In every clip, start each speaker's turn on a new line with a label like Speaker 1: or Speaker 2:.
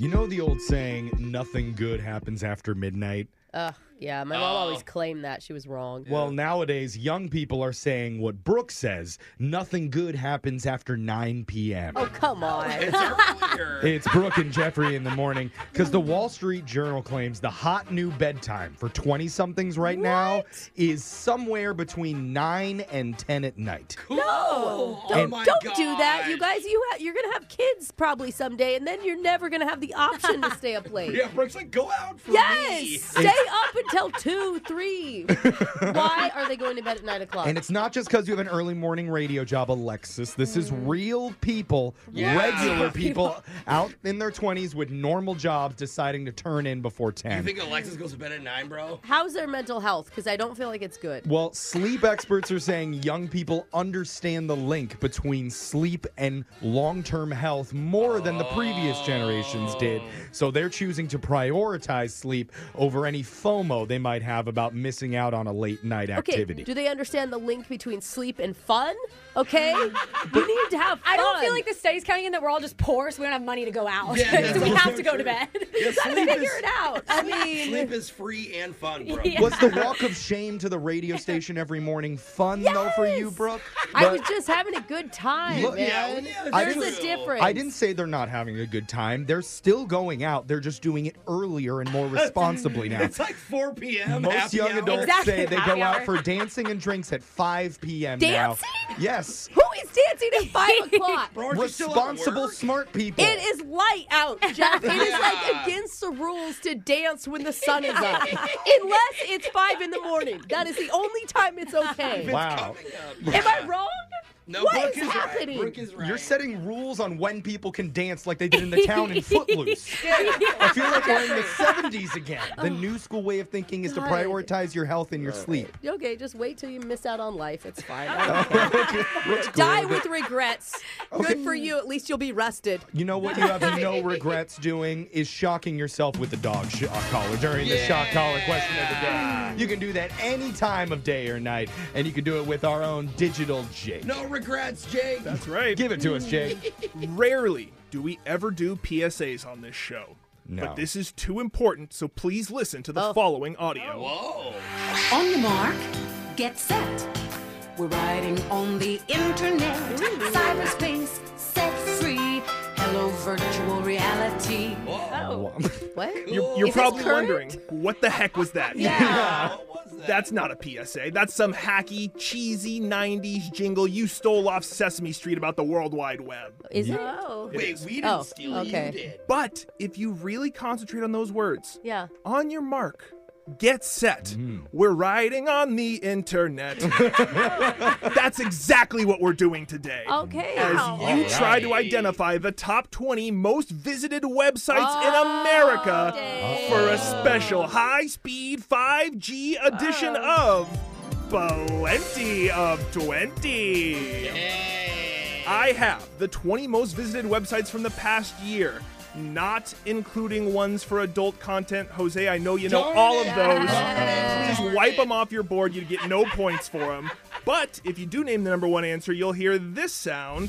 Speaker 1: You know the old saying, nothing good happens after midnight?
Speaker 2: Ugh, yeah.
Speaker 1: Um,
Speaker 2: My mom always claimed that she was wrong.
Speaker 1: Well, nowadays, young people are saying what Brooke says nothing good happens after 9 p.m.
Speaker 2: oh come on.
Speaker 1: It's Brooke and Jeffrey in the morning because the Wall Street Journal claims the hot new bedtime for 20 somethings right now is somewhere between 9 and 10 at night.
Speaker 2: no,
Speaker 1: Don't- And- Oh, my
Speaker 2: don't do that, you guys. You ha- you're gonna have kids probably someday, and then you're never gonna have the option to stay up late.
Speaker 3: Yeah, Brooks, like, go out for
Speaker 2: yes,
Speaker 3: me.
Speaker 2: stay up until two, three. Why are they going to bed at nine o'clock?
Speaker 1: And it's not just because you have an early morning radio job, Alexis. This is real people,
Speaker 3: Yeah.
Speaker 1: regular people out in their 20s with normal jobs deciding to turn in before 10.
Speaker 3: You think Alexis goes to bed at nine, bro?
Speaker 2: How's their mental health? Because I don't feel like it's good.
Speaker 1: well, sleep experts are saying young people understand the link between sleep and long term health more than the previous generations did. So they're choosing to prioritize sleep over any FOMO they might have about missing out on a late night
Speaker 2: Okay,
Speaker 1: activity.
Speaker 2: do they understand the link between sleep and fun? Okay, you need to have. Fun.
Speaker 4: I don't feel like the study's counting in that we're all just poor, so we don't have money to go out.
Speaker 3: Yeah, that's
Speaker 4: so we
Speaker 3: also
Speaker 4: have to go
Speaker 3: true.
Speaker 4: to bed.
Speaker 3: Yeah, sleep
Speaker 4: Figure
Speaker 3: is-
Speaker 4: it out.
Speaker 2: I mean,
Speaker 3: Sleep is free and fun, bro.
Speaker 4: Yeah.
Speaker 1: Was the walk of shame to the radio station every morning fun though for you, Brooke?
Speaker 2: I
Speaker 1: But
Speaker 2: was just having a good time,
Speaker 1: Look,
Speaker 3: yeah,
Speaker 2: man.
Speaker 3: yeah,
Speaker 1: I
Speaker 2: There's
Speaker 1: didn't-
Speaker 2: a difference.
Speaker 1: I didn't say they're not having a good time. They're still going out. They're just doing it earlier and more responsibly now.
Speaker 3: It's like 4 p.m.
Speaker 1: Most
Speaker 3: happy
Speaker 1: young
Speaker 3: hour.
Speaker 1: adults
Speaker 4: Exactly,
Speaker 1: say they
Speaker 4: happy
Speaker 1: go out
Speaker 4: hour.
Speaker 1: for dancing and drinks at 5 p.m.
Speaker 2: Dancing?
Speaker 1: now. Yes.
Speaker 2: Who is dancing at five o'clock?
Speaker 3: Bro, aren't you still at
Speaker 1: Responsible
Speaker 3: work?
Speaker 1: smart people.
Speaker 2: It is light out, Jeff. It is
Speaker 3: Yeah.
Speaker 2: like against the rules to dance when the sun is up, unless it's five in the morning. That is the only time it's okay.
Speaker 1: Wow.
Speaker 2: Am I wrong?
Speaker 3: No,
Speaker 2: What
Speaker 3: Brooke
Speaker 2: is
Speaker 3: is
Speaker 2: happening?
Speaker 3: Right. Brooke is right.
Speaker 1: You're setting rules on when people can dance like they did in the town in Footloose. I feel like we're in the 70s again. The new school way of thinking is to
Speaker 2: Oh. God.
Speaker 1: prioritize your health and your sleep.
Speaker 2: Okay, just wait till you miss out on life. It's fine.
Speaker 1: Brooke's
Speaker 2: Die
Speaker 1: cool with
Speaker 2: with regrets. Good for you. At least you'll be rested.
Speaker 1: You know what you have no regrets doing is shocking yourself with the dog shock collar during the shock collar question of the day. You can do that any time of day or night, and you can do it with our own digital Jake.
Speaker 3: No regrets, Jake.
Speaker 5: That's right.
Speaker 1: Give it to us, Jake.
Speaker 5: Rarely do we ever do PSAs on this show.
Speaker 1: No.
Speaker 5: But this is too important, so please listen to the
Speaker 6: Oh.
Speaker 5: following audio.
Speaker 3: Whoa.
Speaker 6: On your mark, get set. We're riding on the internet. Cyberspace, set free. Hello, Hello, virtual reality.
Speaker 7: What?
Speaker 2: You're, you're
Speaker 6: Oh. Is this
Speaker 2: probably
Speaker 6: current?
Speaker 2: wondering what the heck was that?
Speaker 6: Yeah.
Speaker 2: That's not a PSA. eh? That's some hacky, cheesy '90s jingle you stole off Sesame Street about the World Wide Web.
Speaker 7: Is it?
Speaker 2: Wait, we didn't
Speaker 7: oh,
Speaker 2: steal it, you
Speaker 7: okay.
Speaker 2: But if you really concentrate on those words,
Speaker 7: Yeah.
Speaker 2: on your mark, get set. We're riding on the internet. That's exactly what we're doing today.
Speaker 7: Okay.
Speaker 2: As
Speaker 7: Wow.
Speaker 2: you
Speaker 7: All
Speaker 2: try to identify the top 20 most visited websites in
Speaker 7: Oh,
Speaker 2: America for a special high speed 5G edition
Speaker 7: Oh.
Speaker 2: of Plenty of 20. I have the 20 most visited websites from the past year, not including ones for adult content. Jose, I know you know
Speaker 8: Darn
Speaker 2: all
Speaker 8: it.
Speaker 2: of those. Please wipe them off your board. You'd get no points for them. But if you do name the number one answer, you'll hear this sound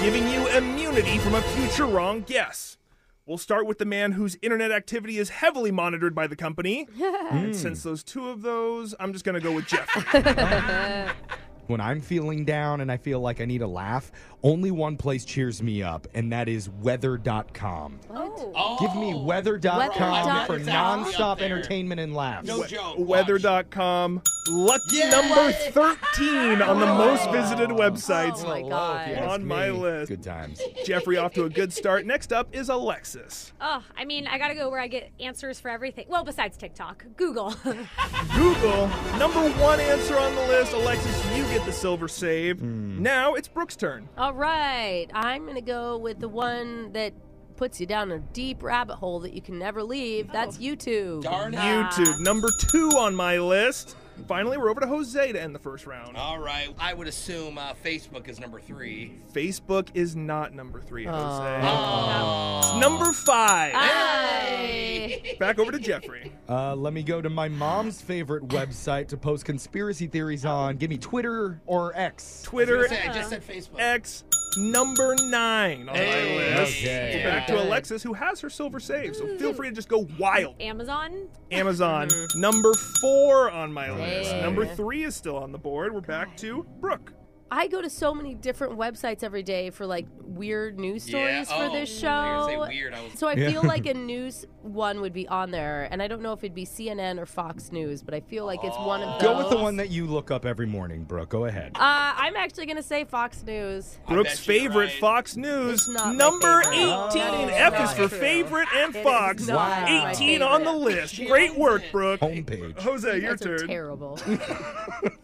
Speaker 2: giving you immunity from a future wrong guess. We'll start with the man whose internet activity is heavily monitored by the company. And since those two of those, I'm just going to go with Jeff.
Speaker 1: When I'm feeling down and I feel like I need a laugh, only one place cheers me up, and that is weather.com.
Speaker 7: What?
Speaker 1: Give me weather.com for
Speaker 2: Weather.com.
Speaker 1: nonstop entertainment and laughs.
Speaker 2: We- Weather.com. Lucky number 13 on the most visited websites on my list.
Speaker 1: Oh, Good times.
Speaker 2: Jeffrey off to a good start. Next up is Alexis.
Speaker 4: Oh, I mean, I gotta go where I get answers for everything. Well, besides TikTok, Google.
Speaker 2: Google, number one answer on the list. Alexis, you get the silver save.
Speaker 3: Hmm.
Speaker 2: Now it's Brooke's turn.
Speaker 7: All right. I'm going to go with the one that puts you down a deep rabbit hole that you can never leave. That's YouTube.
Speaker 4: Oh,
Speaker 7: Darn
Speaker 2: YouTube, number two on my list. Finally, we're over to Jose to end the first round.
Speaker 3: All right. I would assume uh, Facebook is number three.
Speaker 2: Facebook is not number three, Jose.
Speaker 1: Uh,
Speaker 3: Oh.
Speaker 2: It's number five.
Speaker 7: Hey.
Speaker 2: Back over to Jeffrey.
Speaker 1: Uh, let me go to my mom's favorite website to post conspiracy theories on. Give me Twitter or X.
Speaker 2: Twitter.
Speaker 3: I just said Facebook.
Speaker 2: X number nine on
Speaker 1: Hey.
Speaker 2: my list.
Speaker 1: Okay.
Speaker 2: We're Back to
Speaker 1: Good.
Speaker 2: Alexis, who has her silver save, so
Speaker 4: Hmm.
Speaker 2: feel free to just go wild.
Speaker 4: Amazon.
Speaker 2: Amazon, number four on my list.
Speaker 4: Hey.
Speaker 2: Number three is still on the board. We're back to Brooke.
Speaker 7: I go to so many different websites every day for like weird news
Speaker 2: Yeah, Oh,
Speaker 7: stories for this show.
Speaker 2: I was gonna say weird, I was-
Speaker 7: So I
Speaker 2: Yeah.
Speaker 7: feel like a news one would be on there, and I don't know if it'd be CNN or Fox News, but I feel like it's one
Speaker 2: Oh.
Speaker 7: of those.
Speaker 1: Go with the one that you look up every morning, Brooke. Go ahead.
Speaker 7: Uh, I'm actually gonna say Fox News.
Speaker 2: Brooke's favorite Fox News,
Speaker 7: not my
Speaker 2: number
Speaker 7: favorite.
Speaker 2: 18.
Speaker 7: That is
Speaker 2: F is
Speaker 7: not
Speaker 2: for
Speaker 7: true.
Speaker 2: favorite and
Speaker 7: It is
Speaker 2: Fox.
Speaker 7: not my
Speaker 2: 18 on the
Speaker 3: favorite.
Speaker 2: list. Great work, Brooke.
Speaker 1: Homepage.
Speaker 2: Jose,
Speaker 7: You
Speaker 2: your
Speaker 7: guys are
Speaker 2: turn.
Speaker 7: terrible.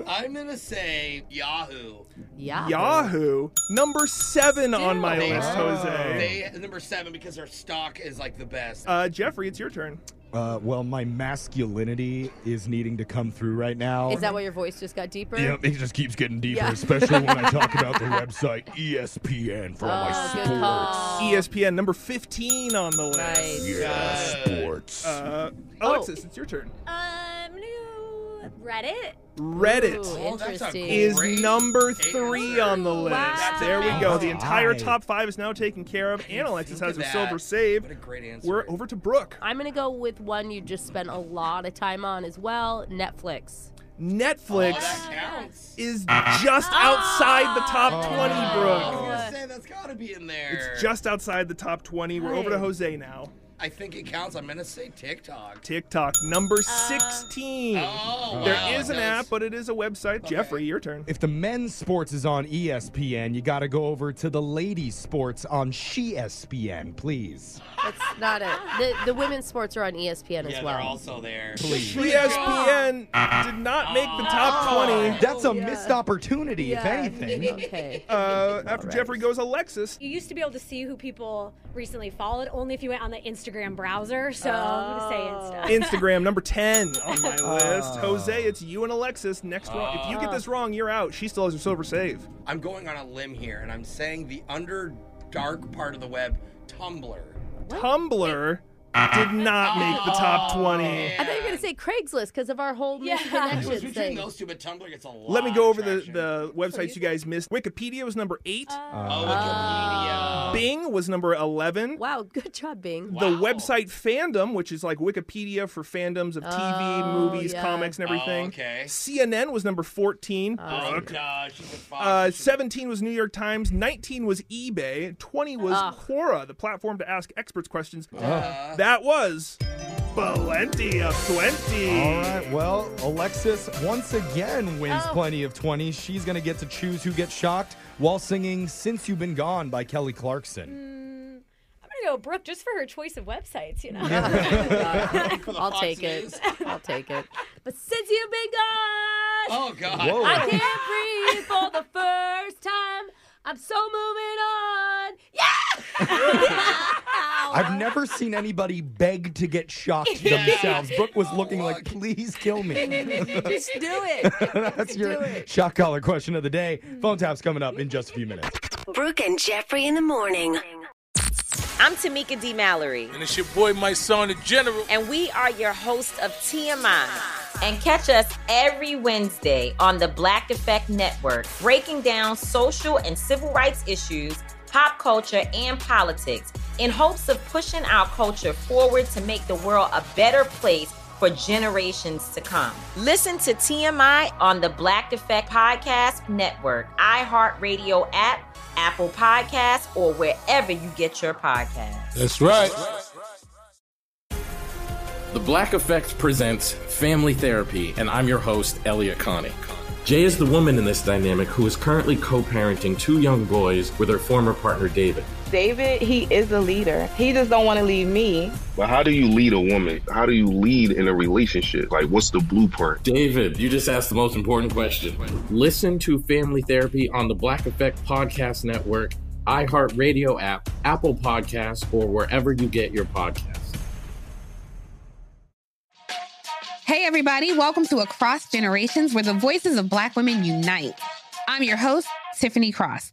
Speaker 3: I'm going to say Yahoo.
Speaker 7: Yahoo.
Speaker 2: Yahoo, number seven on my
Speaker 3: They-
Speaker 2: list, Jose.
Speaker 3: They, number seven because their stock is like the best.
Speaker 2: Uh, Jeffrey, it's your turn.
Speaker 1: Uh, well, my masculinity is needing to come through right now.
Speaker 7: Is that why your voice just got deeper?
Speaker 1: Yep, it just keeps getting deeper,
Speaker 7: Yeah.
Speaker 1: especially when I talk about the website E ESPN
Speaker 7: Oh,
Speaker 1: for all my sports.
Speaker 2: ESPN, number 15 on the list.
Speaker 1: Yeah, sports.
Speaker 2: Uh,
Speaker 7: Oh.
Speaker 2: Alexis, it's your turn.
Speaker 4: Um, no, Reddit.
Speaker 2: Reddit
Speaker 4: Ooh, that's a
Speaker 2: is
Speaker 4: great
Speaker 2: number three on the list. There we go. The entire
Speaker 1: Alright.
Speaker 2: top five is now taken care of. And Alexis has
Speaker 3: of
Speaker 2: her
Speaker 3: that?
Speaker 2: silver save.
Speaker 3: What a great answer.
Speaker 2: We're over to Brooke.
Speaker 7: I'm gonna go with one you just spent a lot of time on as well, Netflix.
Speaker 2: Netflix
Speaker 3: Oh,
Speaker 2: is just
Speaker 3: Ah.
Speaker 2: outside the top 20,
Speaker 3: I was
Speaker 2: Brooke.
Speaker 3: going to say that's got to be in there.
Speaker 2: It's just outside the top 20. We're over to Jose now.
Speaker 3: I think it counts. I'm going to say TikTok.
Speaker 2: Tiktok, number 16.
Speaker 3: Uh. Oh, wow,
Speaker 2: there is an
Speaker 3: nice.
Speaker 2: app, but it is a website. Jeffrey, your turn.
Speaker 1: If the men's sports is on E ESPN, you got to go over to the ladies' sports on SheSPN, please.
Speaker 7: It's not a the, the women's sports are on E ESPN as
Speaker 3: Yeah,
Speaker 7: well.
Speaker 3: they're also there.
Speaker 1: Please.
Speaker 2: E ESPN did not make the top
Speaker 3: Oh.
Speaker 2: 20.
Speaker 1: That's
Speaker 7: Oh,
Speaker 1: a missed opportunity, if anything.
Speaker 7: Okay.
Speaker 2: Uh, after Jeffrey goes, Alexis.
Speaker 4: You used to be able to see who people recently followed only if you went on the Instagram browser. So I'm gonna say Insta.
Speaker 2: Instagram number 10 on my
Speaker 3: Oh.
Speaker 2: list.
Speaker 1: Uh,
Speaker 2: Jose, it's you and Alexis next round. If you
Speaker 3: Uh.
Speaker 2: get this wrong, you're out. She still has her silver save.
Speaker 3: I'm going on a limb here, and I'm saying the under dark part of the web, Tumblr.
Speaker 2: Tumblr Did not make the top 20.
Speaker 7: I thought you were gonna say Craigslist because of our whole yeah.
Speaker 3: It was
Speaker 7: connections
Speaker 3: between
Speaker 7: thing.
Speaker 3: those two, but Tumblr gets a lot.
Speaker 2: Let me go over the, the websites you guys missed. Wikipedia was number eight.
Speaker 3: Wikipedia.
Speaker 2: Bing was number 11.
Speaker 7: Wow, good job, Bing.
Speaker 2: The website fandom, which is like Wikipedia for fandoms of TV, movies, comics, and everything.
Speaker 7: Oh,
Speaker 2: okay.
Speaker 9: Oh.
Speaker 2: CNN was number 14.
Speaker 3: Oh,
Speaker 2: Ugh.
Speaker 3: no, she's a fuck.
Speaker 2: Uh, 17 was New York Times, 19 was eBay, 20 was
Speaker 3: Ugh.
Speaker 2: Quora, the platform to ask experts questions.
Speaker 1: Oh.
Speaker 7: Uh,
Speaker 1: Duh.
Speaker 2: That was plenty of 20.
Speaker 1: All right. Well, Alexis once again wins
Speaker 2: Oh.
Speaker 1: plenty of 20. She's going to get to choose who gets shocked while singing Since You've Been Gone by Kelly Clarkson.
Speaker 4: I'm gonna go Brooke just for her choice of websites. You know,
Speaker 7: I'll take it. I'll take it. But since you've been gone,
Speaker 3: oh God,
Speaker 2: Whoa.
Speaker 7: Mm. I can't breathe for the first time. I'm so moving on.
Speaker 1: I've never seen anybody beg to get shocked
Speaker 7: Yeah.
Speaker 1: themselves. Brooke was looking like, please kill me.
Speaker 7: Just do it.
Speaker 1: That's your shock collar question of the day. Phone tap's coming up in just a few minutes.
Speaker 10: Brooke and Jeffrey in the morning. I'm Tamika D. Mallory.
Speaker 8: And it's your boy, my son, the general.
Speaker 10: And we are your hosts of TMI. And catch us every Wednesday on the Black Effect Network, breaking down social and civil rights issues, pop culture, and politics in hopes of pushing our culture forward to make the world a better place for generations to come. Listen to TMI on the Black Effect Podcast Network, iHeartRadio app, Apple Podcasts, or wherever you get your podcasts.
Speaker 9: That's right. The Black Effect presents Family Therapy, and I'm your host, Elliot Connick.
Speaker 11: Jay is the woman in this dynamic who is currently co parenting two young boys with her former partner, David.
Speaker 12: David, he is a leader. He just don't want to leave me.
Speaker 13: But how do you lead a woman? How do you lead in a relationship? Like, what's the blueprint?
Speaker 9: David, you just asked the most important question. Listen to Family Therapy on the Black Effect Podcast Network, iHeartRadio app, Apple Podcasts, or wherever you get your podcasts.
Speaker 14: Hey, everybody, welcome to Across Generations, where the voices of Black women unite. I'm your host, Tiffany Cross.